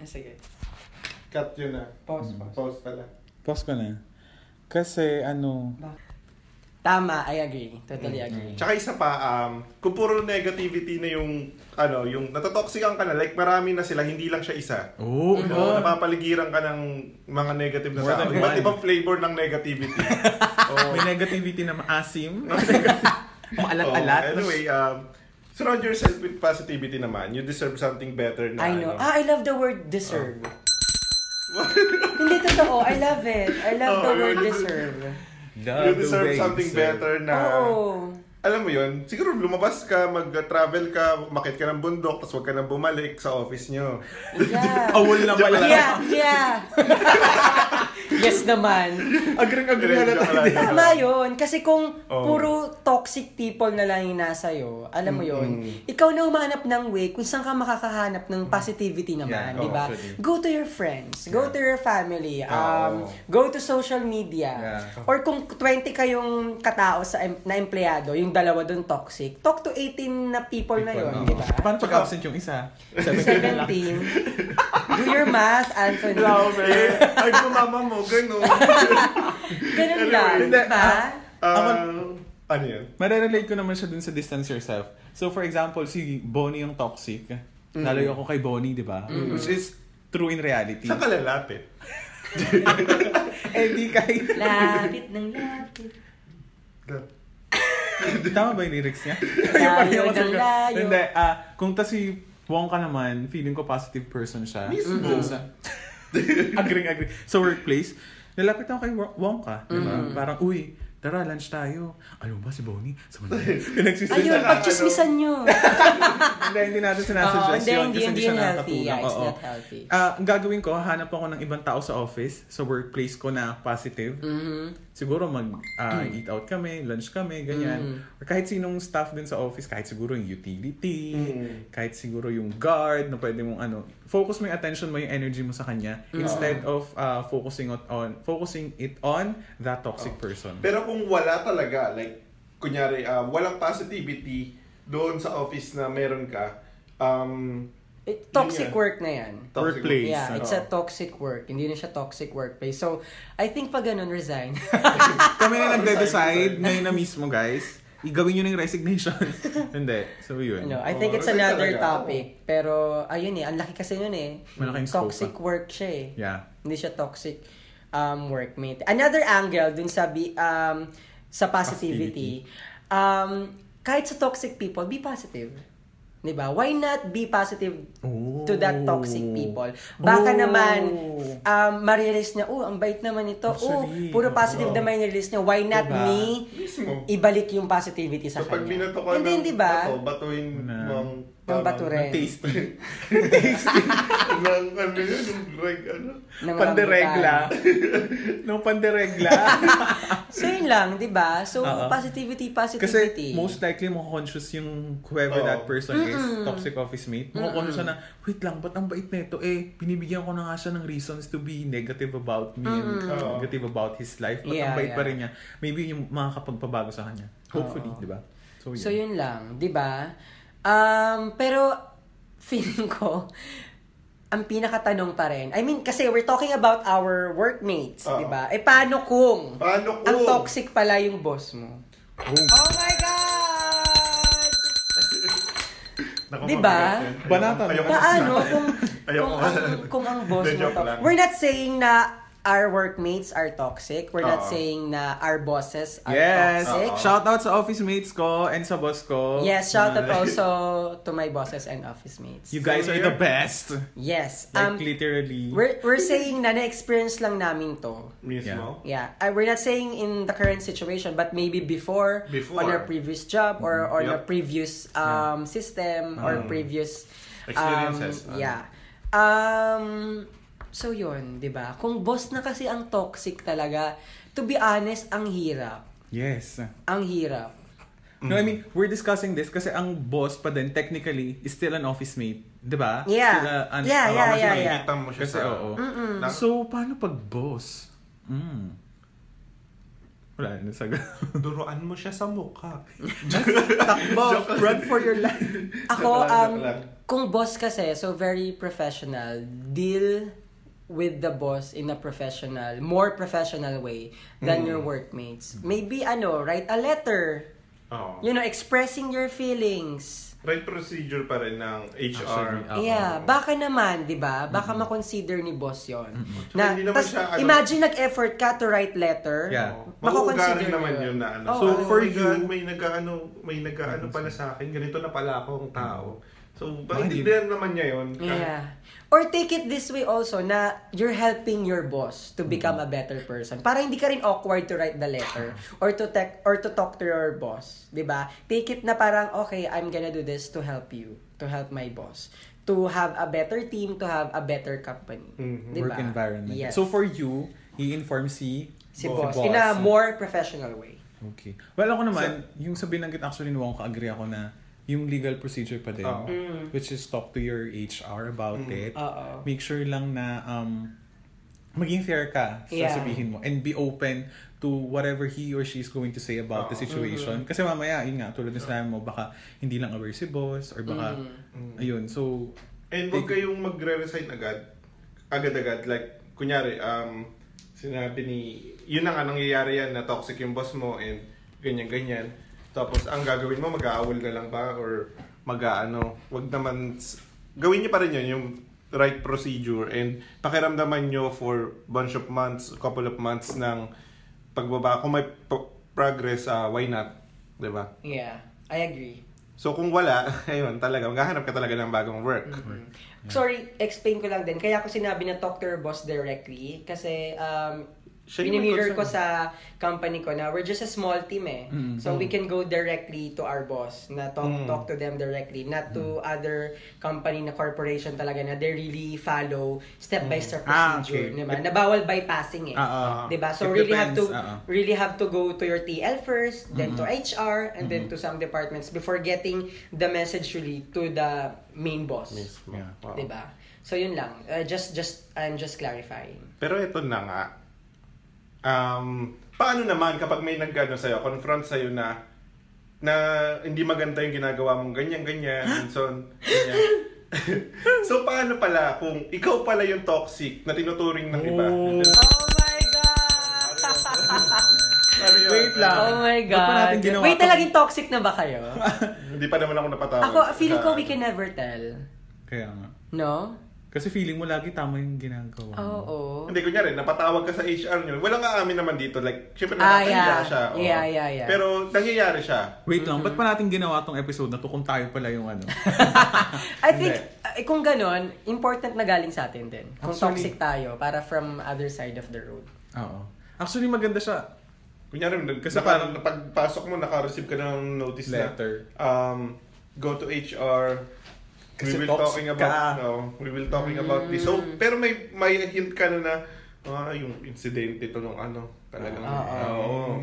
B: Eh, Sige.
C: Cut yun na.
B: Pause, pause.
C: Pause pala.
A: Pause ko na. Kasi ano...
B: Tama, I agree. Totally agree.
C: Hmm. Tsaka isa pa, um, kung puro negativity na yung, ano, yung natotoxican ka na, like marami na sila, hindi lang siya isa.
A: Oo,
B: Hmm.
C: No, napapaligiran ka ng mga negative na
A: More
C: tao.
A: than
C: Iba't
A: one.
C: ibang flavor ng
B: [laughs]
C: negativity.
A: oh. [laughs] May negativity na
C: [laughs]
A: maasim.
C: Oh,
A: Maalat-alat.
C: anyway, um, surround yourself with positivity naman. You deserve something better na
B: I know.
C: ano.
B: Ah, I love the word deserve.
C: Oh.
B: [laughs] Hindi totoo. I love it. I love
C: Oh,
B: the
C: I
B: word
C: love it.
B: deserve. Ah,
C: you deserve something better na...
B: eh.
C: [laughs]
B: Oo.
C: Alam mo yun, siguro lumabas ka, mag-travel ka, makit ka ng bundok, tapos huwag ka nang
B: [laughs]
C: Oh, bumalik sa office nyo.
B: Yeah.
C: [laughs]
B: [laughs]
A: Awol na pala.
B: Yeah, yeah. Yes naman.
A: Agree-agree
C: Diretso
A: na
C: ka
A: tayo.
C: lang.
B: Tama yun. Kasi kung
A: Oh.
C: Oo.
B: puro toxic people na lang yung nasa'yo, alam mo yun, ikaw na umahanap ng way kung saan ka makakahanap ng positivity naman,
A: Mm. Yeah,
B: di
A: oo,
B: ba?
A: actually.
B: Go to your friends. Go to your family.
A: Oo.
B: Um, Go to social
A: Yeah.
B: media. Or kung 20 kayong katao sa em- na empleyado, yung dalawa doon toxic, talk to 18 na people, na yun,
A: Oo.
B: di ba?
A: Paano pag absent yung isa? Sabi ko na lang.
B: 17. Do your math, Anthony.
C: Eh, ay, mama mo, ganun.
B: Ganun lang,
A: Hindi,
B: di ba?
C: Ah,
A: Ako-
C: ano yun?
A: Marerelate ko naman siya dun sa distance yourself. So for example, si Bonnie yung toxic.
C: Mm.
A: Nalayo ako kay Bonnie, di ba? Which is true in reality.
C: Saan ka lalapit?
A: eh, di kay...
B: Lapit ng lapit.
A: Tama ba [laughs] yung lyrics niya? Yung
B: Layo ng
A: parang-
B: layo.
A: Hindi, ah, kung ta si Wong ka naman, feeling ko positive person siya.
C: Mismo.
A: Dun Sa, [laughs] agree, agree. Sa workplace, nilapit ako kay Wo- Wong ka, di ba? Parang, uy, tara, lunch tayo. Alam mo ba si Bonnie? [laughs] Sa Manila. Pinagsisisa
B: Ayun,
A: na-
B: pagchismisan nyo.
A: hindi, hindi natin sinasuggest
B: Oo,
A: yun.
B: hindi,
A: kasi
B: hindi, hindi
A: siya
B: yun healthy.
A: nakakatulong.
B: Yeah, it's
A: Oo.
B: not healthy.
A: Ah, ang gagawin ko, hanap ako ng ibang tao sa office, sa workplace ko na positive.
B: Mm-hmm.
A: Siguro mag ah,
B: Mm.
A: eat out kami, lunch kami, ganyan. Or kahit sinong staff din sa office, kahit siguro yung utility, kahit siguro yung guard na pwede mong ano, focus mo yung attention mo, yung energy mo sa kanya
B: Mm.
A: instead of ah, focusing it on focusing it on that toxic person.
C: Pero kung wala talaga, like, kunyari, ah, walang positivity doon sa office na meron ka, um,
B: [laughs] It- toxic
C: Yun nga.
B: work na yan.
C: toxic-
A: Workplace.
B: Yeah, it's a
A: ano.
B: toxic work. Hindi na siya toxic workplace. So, I think pag ganun, resign.
A: [laughs]
B: [laughs]
A: Kami na nagde-decide ngayon na mismo, guys. Igawin nyo na yung resignation. [laughs] Hindi. So, yun.
B: ano, I think
C: Oo,
B: it's
C: resign
B: another
C: talaga.
B: topic. Pero, ayun eh, ang laki kasi nun eh.
A: Malaking scope,
B: Toxic
A: ah.
B: work siya eh. [laughs]
A: Yeah.
B: Hindi siya toxic um, workmate. Another angle dun sa, bi- um, sa positivity, um, kahit sa toxic people, be positive. 'Di ba? Why not be positive
A: Oh.
B: to that toxic people?
A: Oh.
B: Baka naman um, marirealize niya, oh, ang bait naman ito. Oh,
A: Actually,
B: puro positive
A: oo.
B: naman yung niya. Why not
A: Diba?
B: me
C: Mismo.
B: ibalik yung positivity sa
C: So, pag
B: kanya?
C: binato ka
B: And then,
C: ng
B: di ba?
C: bato, batuhin
A: Na-
C: mong...
B: Yung bato
A: [laughs]
B: rin.
A: Tasty.
C: ng, ano yun, yung reg, ano?
B: Ng
A: Panderegla. [laughs] no,
B: [laughs]
A: panderegla.
B: So, yun lang, di ba? So,
A: Oo.
B: positivity, positivity.
A: Kasi most likely mako-conscious yung whoever
C: Oo.
A: that person is, toxic office mate. Mako-conscious na, wait lang, ba't ang bait nito? Eh, binibigyan ko na nga siya ng reasons to be negative about me and
C: Oo.
A: negative about his life. Ba't
B: Yeah,
A: ang bait pa
B: yeah.
A: rin niya? Maybe yung makakapagpabago sa kanya. Hopefully,
B: Oo.
A: di ba?
B: So,
C: ah.
B: yun lang, di ba? Um, pero, feeling ko, ang pinakatanong pa rin, I mean, kasi we're talking about our workmates,
C: Oo.
B: di ba? Eh, paano kung,
C: Paano
B: ang
C: kung?
B: toxic pala yung boss mo?
A: Oh.
B: Oh my God!
C: Naku,
B: Diba?
C: mabigat yun.
A: Banata.
C: Ayoko na
B: Paano
C: sinabi.
B: kung,
C: Ano [laughs] Ayoko.
B: kung, ang, kung ang boss
C: Hindi,
B: mo
C: joke lang.
B: to- We're not saying na our workmates are toxic. We're not
C: Oo.
B: saying na our bosses are
A: Yes.
B: toxic.
A: Shout out sa office mates ko and sa boss ko.
B: Yes, shout out
C: [laughs]
A: Na-
B: also to my bosses and office mates.
A: You guys are the best.
B: Yes.
A: Like
B: Um,
A: literally.
B: we're, we're saying na na-experience lang namin to.
C: Mismo.
B: Yeah. Uh, we're not saying in the current situation, but maybe before,
C: Before. Mm-hmm.
B: on our previous job or on
C: Yep. Mm-hmm.
B: our previous um, system or previous um,
C: Experiences, ah.
B: yeah. Um, so yun, di ba? Kung boss na kasi ang toxic talaga, to be honest, ang hirap.
A: Yes.
B: Ang hirap.
A: No,
C: Mm.
A: I mean, we're discussing this kasi ang boss pa din technically is still an office mate, 'di ba?
B: Yeah.
A: Still a- an- a
B: Yeah, yeah,
A: office
B: yeah,
A: mate.
B: yeah. Mm.
C: Nakikita mo siya
A: Kasi
C: sa...
A: oo.
B: Hmm.
C: Na-
A: So, paano pag boss? Mm. Wala na
B: [laughs]
A: sagot.
C: Duruan mo siya sa mukha.
A: Takbo, run for your life.
B: Ako,
C: Joke lang,
B: um,
C: joke lang.
B: kung boss kasi, so very professional, deal with the boss in a professional, more professional way
C: Mm.
B: than your workmates. Maybe, ano, write a letter.
C: Oo.
B: You know, expressing your feelings.
C: Right procedure pa rin ng
A: Actually,
C: HR.
A: Oo. Mm-hmm.
B: Yeah, baka naman, 'di ba? Baka ma-consider ni boss 'yon. Na,
C: Mm-hmm. So, hindi naman
B: tas,
C: siya, ano-
B: imagine nag-effort ka to write letter.
A: Yeah.
C: Makuugarin
B: Makukonsider
C: naman
B: yun.
C: yun na ano.
B: Oo.
C: so,
B: Oh
C: for
A: my
C: you,
A: God.
C: may nag-ano, may nag-ano pala sa akin. Ganito na pala akong tao. So,
A: Baka hindi-
C: maintindihan naman niya yun.
B: Yeah. Or take it this way also na you're helping your boss
A: Mm-hmm.
B: to become a better person. Para hindi ka rin awkward to write the
A: [sighs]
B: letter or to tech or to talk to your boss, 'di ba? Take it na parang okay, I'm gonna do this to help you, to help my boss, to have a better team, to have a better company.
C: Mhm.
B: Di
A: Mm-hmm.
B: ba?
A: Work environment.
B: Yes.
A: So, for you, i-inform si
B: Si boss. In a more professional way.
A: Okay. Well, ako naman, yung sa binanggit actually ni Wong, agree ako na yung legal procedure pa din,
C: Oo.
B: Mm.
C: Mm.
A: which is talk to your HR about it.
B: Oo.
A: Make sure lang na um, maging fair ka sa
B: Yeah.
A: sabihin mo and be open to whatever he or she is going to say about the
C: Oo.
A: situation.
C: mm-hmm.
A: Kasi mamaya, yun nga, tulad na sinabi mo, baka hindi lang aware si boss or baka,
B: Mm-hmm.
C: Mm-hmm.
A: ayun, so,
C: And huwag kayong magre-resign agad. Agad-agad. Like, kunyari, um, sinabi ni... Yun na nga nangyayari yan na toxic yung boss mo and ganyan-ganyan. Tapos, ang gagawin mo, mag-aawol na lang ba? Or mag-aano? Huwag naman... s- Gawin niyo pa rin yun, yung right procedure. And pakiramdaman nyo for bunch of months, couple of months ng pagbaba. Kung may pro- progress, ah, why not? 'Di ba?
B: Yeah, I agree.
C: So, kung wala, [laughs] ayun, talaga, maghahanap ka talaga ng bagong work.
B: Sorry, explain ko lang din. Kaya ako sinabi na talk to your boss directly kasi um,
C: Siya yung may
B: minimirror ko
C: concern.
B: sa company ko na we're just a small team eh.
A: eh. Mm.
B: So we can go directly to our boss na talk,
C: Mm.
B: talk to them directly. Not
A: Mm.
B: to other company na corporation talaga na they really follow step-by-step
A: Ah,
B: procedure.
A: okay.
B: Diba? Na bawal bypassing eh.
A: ah, ah,
B: Diba? So
A: it
B: really have to
A: depends, ah, Mm-hmm. ah.
B: really have to go to your TL first, then to HR, and then to some departments before getting the message really to the main boss.
C: Mismo.
A: Yeah.
C: Oo.
B: Diba? So yun lang. Uh, just just I'm just clarifying.
C: Pero ito na nga. Um, paano naman kapag may nagano sa'yo, confront sa'yo na na hindi maganda yung ginagawa mong ganyan, ganyan, so, ganyan. [laughs] so, paano pala kung ikaw pala yung toxic na tinuturing ng iba?
A: Oh.
B: Oh my god.
C: Ano yun?
A: Wait lang.
B: Oh my
A: Ba't pa
B: god.
A: natin ginawa
B: Wait,
A: to?
B: talagang toxic na ba kayo?
C: Hindi pa naman ako napatawag.
B: Ako, feeling ko we can never tell.
A: kaya nga.
B: No?
A: Kasi feeling mo lagi tama yung ginagawa mo.
B: Oo.
C: Hindi, kunyari, napatawag ka sa HR nyo. Walang aamin naman dito. Like, syempre,
B: Ah,
C: nakakahiya
B: yeah.
C: siya. oo.
B: Yeah, yeah, yeah.
C: Pero, nangyayari siya.
A: Wait lang, ba't pa natin ginawa tong episode na to kung tayo pala yung
B: [laughs]
A: ano?
B: I think, eh, kung ganon, important na galing sa atin din. Kung
A: Actually-
B: toxic tayo, para from other side of the road.
A: Oo. Actually, maganda siya.
C: Kunyari,
A: Kasi
C: kasi
A: parang-
C: parang pagpasok mo, naka-receive ka ng notice
A: Letter.
C: na, um, go to HR,
A: Kasi
C: we will
A: toxic
C: talking about,
A: ka.
C: no, we will talking about this. So,
B: Mm.
C: pero may, may hint ka na na, ah, yung incident ito nung ano, talagang,
B: Ah, ah.
C: oo.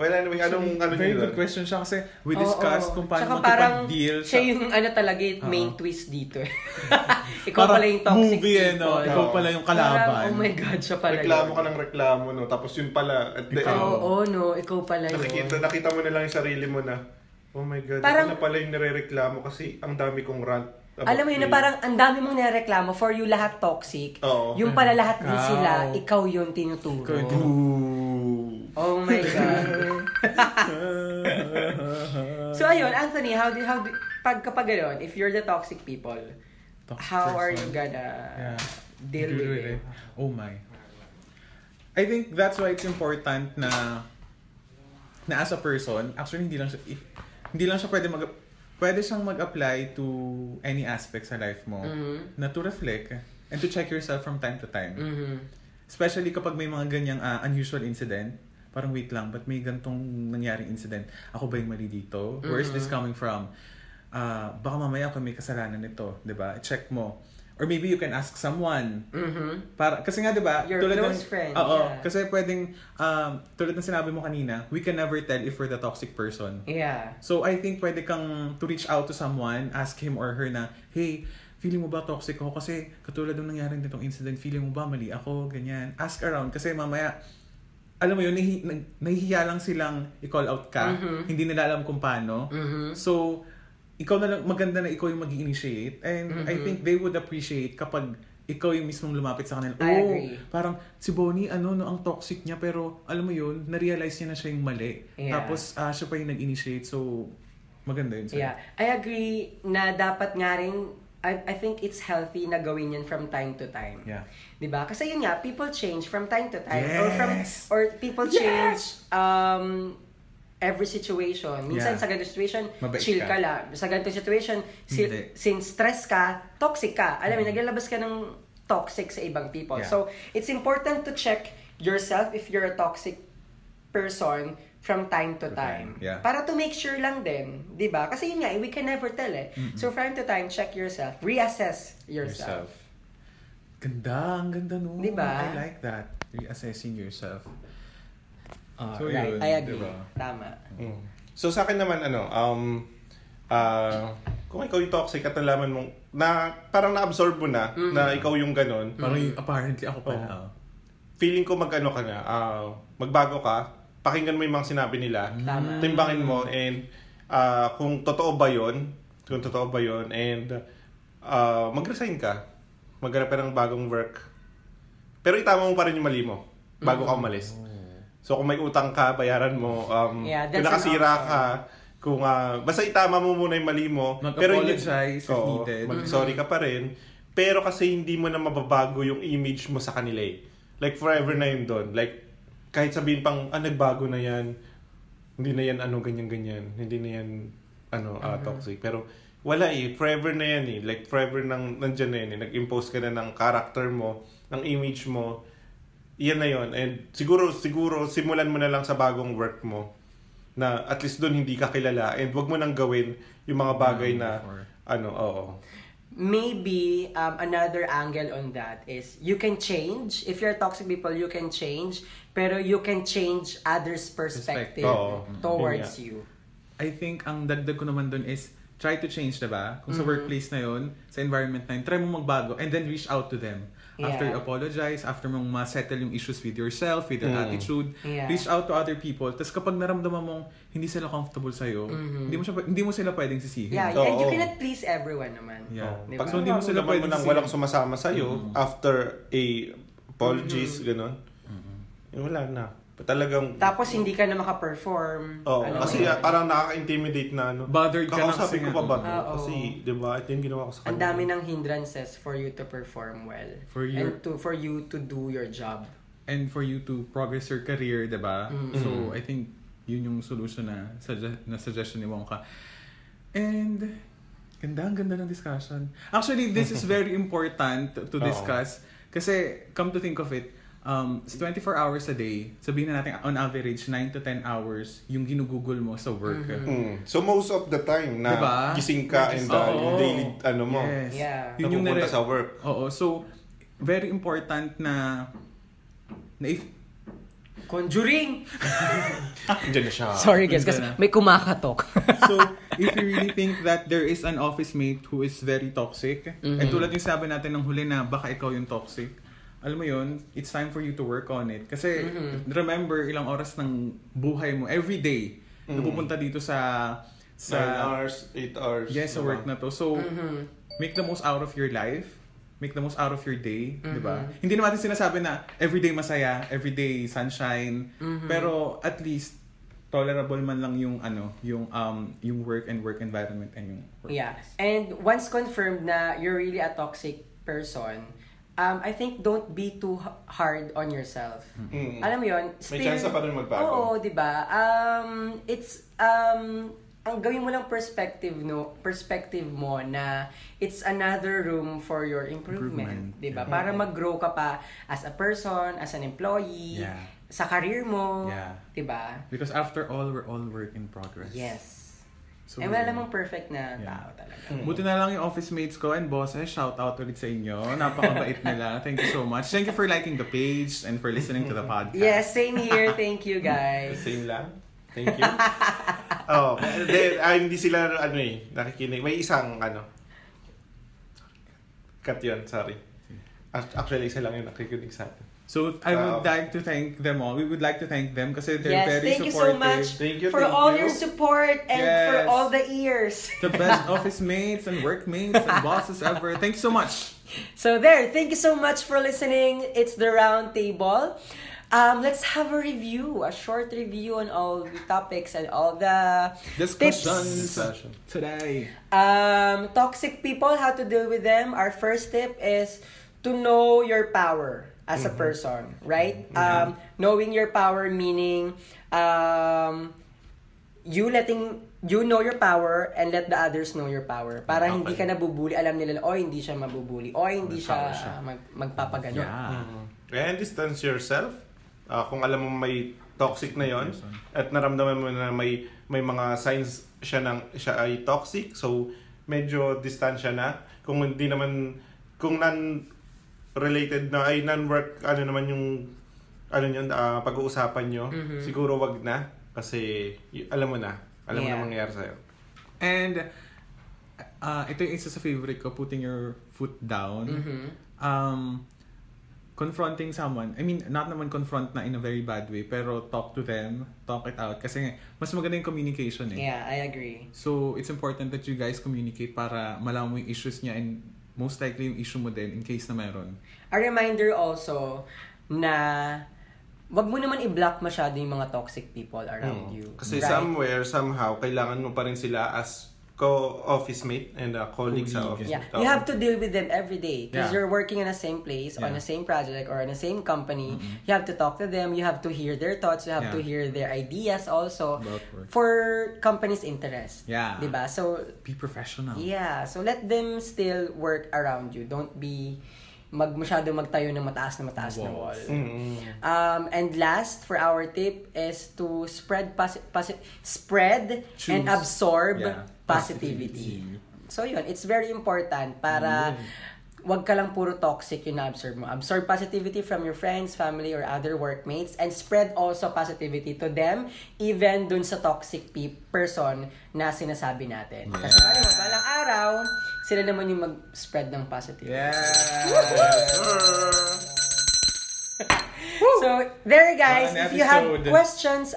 C: Well, anyway, anong,
A: Mm.
C: ano
A: Very
C: yun?
A: good question siya kasi we discussed kung
B: Oo.
A: paano
B: Tsaka parang
A: makipag-deal sa...
B: Siya yung ano talaga yung main
A: Oo.
B: twist
A: [laughs]
B: dito. Ikaw pala yung toxic
A: movie, eh,
B: people.
A: no? Ikaw
C: Oo.
A: pala yung
B: Parang,
A: kalaban.
B: oh my God, siya pala
C: Reklamo
B: yun.
C: ka ng reklamo, no? Tapos yun pala, at
B: Oo,
C: the
A: Ikaw.
C: end,
B: oo, no, ikaw pala yun.
C: nakikita, nakita mo na lang yung sarili mo na, oh my God,
B: Parang-
C: ako na pala yung nare-reklamo kasi ang dami kong rant. about
B: Alam mo yun na
C: you.
B: parang ang dami mong nireklamo for you lahat toxic.
C: Oo.
B: Yung pala lahat din
A: Ikaw.
B: sila, ikaw yung tinuturo.
A: Ikaw [laughs] yung
C: Ooh.
B: Oh
A: [laughs]
B: my God. so ayun, Anthony, how do, how do, pag kapag ganun, if you're the toxic people,
A: Toxic
B: how are you
A: person.
B: gonna
A: Yeah.
B: deal
A: Do
B: with
A: it,
B: it?
A: eh. Oh my. I think that's why it's important na na as a person, actually hindi lang siya i- hindi lang siya pwede mag pwede siyang mag-apply to any aspect sa life mo
B: Mhm.
A: na to reflect and to check yourself from time to time.
B: Mhm.
A: Especially kapag may mga ganyang ah, unusual incident, parang wait lang, ba't may gantong nangyaring incident? Ako ba yung mali dito? Where is this
B: Mm-hmm.
A: coming from? Ah, baka mamaya ako may kasalanan nito, 'di ba? Check mo. Or maybe you can ask someone.
B: Mhm.
A: Para kasi nga 'di ba?
B: Your close friend,
A: Oo,
B: yeah.
A: kasi pwedeng um, tulad ng sinabi mo kanina, we can never tell if we're the toxic person.
B: Yeah.
A: So I think pwede kang to reach out to someone, ask him or her na, hey, feeling mo ba toxic ako? Kasi katulad ng nangyari nitong incident, feeling mo ba mali ako? Ganyan. Ask around kasi mamaya, alam mo yun, nahi, nag- nahihiya lang silang i-call out ka. Hindi nila alam kung paano.
B: Mm-hmm.
A: So, ikaw na lang, maganda na ikaw yung mag initiate And I
B: Mm-hmm.
A: think they would appreciate kapag ikaw yung mismong lumapit sa kanila.
B: I
A: "Oh,
B: agree.
A: parang si Bonnie, ano, no, ang toxic niya, pero alam mo yun, na-realize niya na siya yung mali.
B: Yeah.
A: Tapos, ah, siya pa yung nag-initiate, so maganda yun. sa'yo.
B: Yeah. I agree na dapat nga rin, I, I think it's healthy na gawin yun from time to time.
A: Yeah.
B: 'Di ba? Kasi yun nga, people change from time to time. Or from
A: Yes!
B: or people change um every situation. Minsan
A: Yeah.
B: sa ganitong situation,
A: Mabait
B: chill
A: ka.
B: ka. lang. Sa ganitong situation,
A: Hindi.
B: si,
A: Mm-hmm.
B: since stress ka, toxic ka. Alam mo, naglalabas ka ng toxic sa ibang people.
A: Yeah.
B: So, it's important to check yourself if you're a toxic person from time to time.
A: time, yeah.
B: Para to make sure lang din, 'di ba? Kasi yun nga, eh, we can never tell eh. So from time to time, check yourself, reassess
A: Yourself.
B: yourself.
A: Ganda, ang ganda nun.
B: Di
A: I
B: ba?
A: like that. Reassessing yourself. Ah,
D: So, yun,
B: Right, I agree.
D: diba?
B: Tama.
C: Mm. So sa akin naman ano, um ah kung ikaw yung toxic at nalaman mong na parang na-absorb mo na na ikaw yung ganun,
A: Parang
B: Mm.
A: yung- apparently ako pala. ah.
C: feeling ko magano ka na, ah, magbago ka, pakinggan mo yung mga sinabi nila,
B: Mm. Tama.
C: timbangin mo and ah, kung totoo ba 'yon, kung totoo ba 'yon and ah, mag-resign ka. Maghanap ka ng bagong work. Pero itama mo pa rin yung mali mo bago
B: Mm.
C: ka umalis. So kung may utang ka, bayaran mo. Um,
B: Yeah, that's
C: kung
B: an
C: nakasira
B: option.
C: ka, kung ah, basta itama mo muna yung mali mo. pero hindi-
A: Mag-apologize if
C: Oo,
A: needed.
C: Mag-sorry ka pa rin. Pero kasi hindi mo na mababago yung image mo sa kanila eh. Like forever na yun doon. Like kahit sabihin pang, ah, nagbago na yan. Hindi na yan ano, ganyan-ganyan. Hindi na yan ano, ah, toxic. Pero wala eh. Forever na yan eh. Like forever nang, nandyan na yan eh. Nag-impose ka na ng character mo, ng image mo. Iyan na yon and siguro siguro simulan mo na lang sa bagong work mo na at least doon hindi ka kilala and wag mo nang gawin yung mga bagay na
A: Mm, Before.
C: ano oo
B: maybe um, another angle on that is you can change if you're toxic people you can change pero you can change others perspective
A: Perspective.
C: Oo.
B: towards
C: Yun
B: you
A: I think ang dagdag ko naman dun is try to change, diba? Kung
B: Mm-hmm.
A: sa workplace na yun, sa environment na yun, try mo magbago and then reach out to them. After you
B: Yeah.
A: apologize, after mong ma-settle yung issues with yourself, with your attitude,
B: Mm. Yeah.
A: reach out to other people. Tapos kapag naramdaman mong hindi sila comfortable sa'yo, hindi, mo siya, hindi mo sila pwedeng sisihin.
B: Mm-hmm. yeah
C: Oo.
B: and you cannot please everyone naman
A: Yeah. Mm-hmm.
C: Oo.
B: Diba?
C: pag
A: So, hindi mo sila
C: nararamdaman mo
A: pwedeng
C: nang
A: sisihin.
C: walang sumasama sa after a apologies
B: Mm-hmm.
C: ganun
A: mm-hmm.
C: yun, wala na talagang
B: tapos hindi ka na maka-perform
C: Oo,
B: Alam mo
C: kasi
B: yun.
C: ah, parang nakaka-intimidate na ano.
A: Bothered ka lang
C: Kakausapin
A: kasi
C: ko
A: nga.
C: pa ba? to?
B: Ah, oo.
C: Kasi, di ba, ito yung ginawa ko sa
B: ang
C: kanya.
B: dami ng hindrances for you to perform well
A: For your-
B: and to for you to do your job
A: And for you to progress your career, diba? So, I think yun yung solution na, sugge- na suggestion ni Wonka. And, ganda, ang ganda ng discussion. Actually, this is very important to, to
C: Oo.
A: discuss. Kasi, come to think of it, um, sa 24 hours a day, sabihin na natin on average, 9 to 10 hours yung ginugugol mo sa work.
C: Mm. So, most of the time na
A: Diba?
C: gising ka and ah, yung
A: Oo.
C: daily, ano mo,
A: Yes.
B: Yeah.
A: Yun yung
C: napupunta
A: nare-
C: sa
A: [laughs]
C: work.
A: Oo, so, very important na, na if,
B: conjuring
C: Diyan na siya.
B: Ah, sorry guys
A: Ganda
B: kasi
A: na.
B: may [laughs] kumakatok
A: so, if you really think that there is an office mate who is very toxic, at tulad yung sabi natin ng huli na baka ikaw yung toxic, alam mo yun, it's time for you to work on it. Kasi, remember, ilang oras ng buhay mo, every day, napupunta dito sa... sa
C: 9 hours, 8 hours.
A: Yes, sa
C: diba?
A: work na to. So,
B: Mm-hmm.
A: make the most out of your life. Make the most out of your day, 'di ba?
B: Mm-hmm.
A: Hindi naman natin sinasabi na everyday masaya, everyday sunshine,
B: Mm-hmm.
A: pero at least tolerable man lang yung ano, yung um yung work and work environment and yung work.
B: Yeah. And once confirmed na you're really a toxic person, um, I think don't be too h- hard on yourself.
C: Mm.
B: Alam mo yun,
C: May chance pa rin magbago.
B: Oo, di ba? Um, it's, um, ang gawin mo lang perspective no perspective mo na it's another room for your improvement,
A: Improvement.
B: 'di ba? Para mag-grow ka pa as a person, as an employee,
A: Yeah.
B: sa career mo,
A: Yeah.
B: 'di ba?
A: Because after all, we're all work in progress.
B: Yes.
A: So,
B: eh wala namang perfect na
A: Yeah.
B: tao talaga.
A: [laughs] Buti na lang yung office mates ko and bosses, shout out ulit sa inyo. Napakabait nila. Thank you so much. Thank you for liking the page and for listening
B: [laughs]
A: to the podcast.
B: Yes, same here. Thank you
C: [laughs]
B: guys.
C: Same lang. Thank [laughs] you. oh, de, ah, hindi sila ano eh, nakikinig. May isang ano. Cut yun, sorry. Act- Actually, isa lang yung nakikinig sa atin.
A: So I would
C: Wow.
A: like to thank them all. We would like to thank them kasi they're
B: yes,
A: very
B: thank you so
A: supportive.
B: much
C: Thank you,
B: for
C: thank
B: all
C: you.
B: your support and
A: Yes.
B: for all the ears. [laughs]
A: The best [laughs] office mates and workmates and bosses ever. Thank you so much.
B: So there, thank you so much for listening. It's the round table. Um, let's have a review, a short review on all the topics and all the
A: Discussions
B: tips.
A: today.
B: Um, toxic people, how to deal with them. Our first tip is to know your power as
A: Mm-hmm.
B: a person, right? Um, knowing your power meaning um, you letting you know your power and let the others know your power. Para hindi ka nabubuli, alam nila, oh, hindi siya mabubuli. Oh, hindi siya,
A: Magpower siya.
B: Mag, magpapagano.
A: Yeah.
C: Mm. Eh, And distance yourself. Ah, kung alam mo may toxic na yon at naramdaman mo na may may mga signs siya ng siya ay toxic so medyo distansya na kung hindi naman kung nan related na ay non-work ano naman yung ano yun, ah, pag-uusapan nyo,
B: Mm-hmm.
C: siguro wag na kasi y- alam mo na, alam mo
B: Yeah.
C: na mangyayari sa'yo.
A: And uh, ito yung isa sa favorite ko, putting your foot down.
B: Mm. Mm-hmm.
A: Um, confronting someone. I mean, not naman confront na in a very bad way, pero talk to them, talk it out. Kasi nga, mas maganda yung communication eh.
B: Yeah, I agree.
A: So, it's important that you guys communicate para malaman mo yung issues niya and most likely yung issue mo din in case na meron.
B: A reminder also na wag mo naman i-block masyado yung mga toxic people
A: Mm.
B: around you.
C: Mm.
B: Right?
C: Kasi somewhere, somehow, kailangan mo pa rin sila as co-office mate and a colleague sa
A: Colleague.
C: office.
B: Yeah,
C: Oo.
B: you have to deal with them every day because
A: Yeah.
B: you're working in the same place, on
A: Yeah. Mm-hmm.
B: the same project, or on the same company. You have to talk to them. You have to hear their thoughts. You have
A: Yeah.
B: to hear their ideas also
A: About work.
B: for company's interest.
A: Yeah.
B: diba? So
A: Be professional.
B: yeah, so let them still work around you. Don't be mag masyado magtayo ng mataas na mataas na wall. Um, and last for our tip is to spread posi- posi- spread
A: Choose.
B: and absorb
A: Yeah.
B: positivity. So yun, it's very important para
A: Mm.
B: wag ka lang puro toxic yung absorb mo. Absorb positivity from your friends, family, or other workmates and spread also positivity to them even dun sa toxic pe- person na sinasabi natin. Kasi parang mabalang araw, sila naman yung mag-spread ng positivity.
A: Yeah!
B: So, there guys,
A: Parang
B: if you have
A: episode.
B: questions,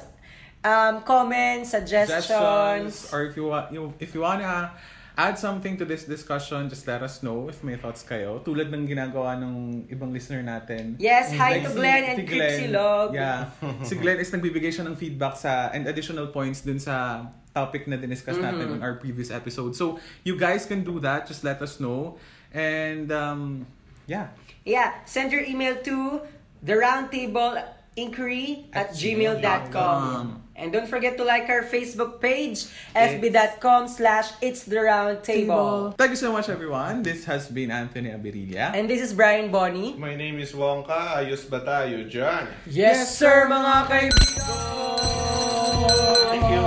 B: um, comments, suggestions,
A: suggestions or if you want you if you wanna add something to this discussion just let us know if may thoughts kayo tulad ng ginagawa ng ibang listener natin
B: Yes, hi
A: Mm,
B: to
A: si-
B: Glenn and Cripsy Log. [laughs]
A: Yeah. si Glenn is nagbibigay siya ng feedback sa and additional points dun sa topic na diniscuss natin
B: Mm-hmm.
A: on our previous episode. So, you guys can do that. Just let us know. And, um, yeah.
B: Yeah, send your email to the roundtable inquiry at gmail.com. And don't forget to like our Facebook page, fb.com slash it's the roundtable.
A: Thank you so much, everyone. This has been Anthony Abirilla.
B: And this is Brian Bonnie.
C: My name is Wongka. Ayos ba tayo dyan?
B: Yes, sir, mga kaibigan!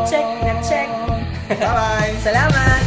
B: Check na check.
A: Bye-bye!
B: Salamat!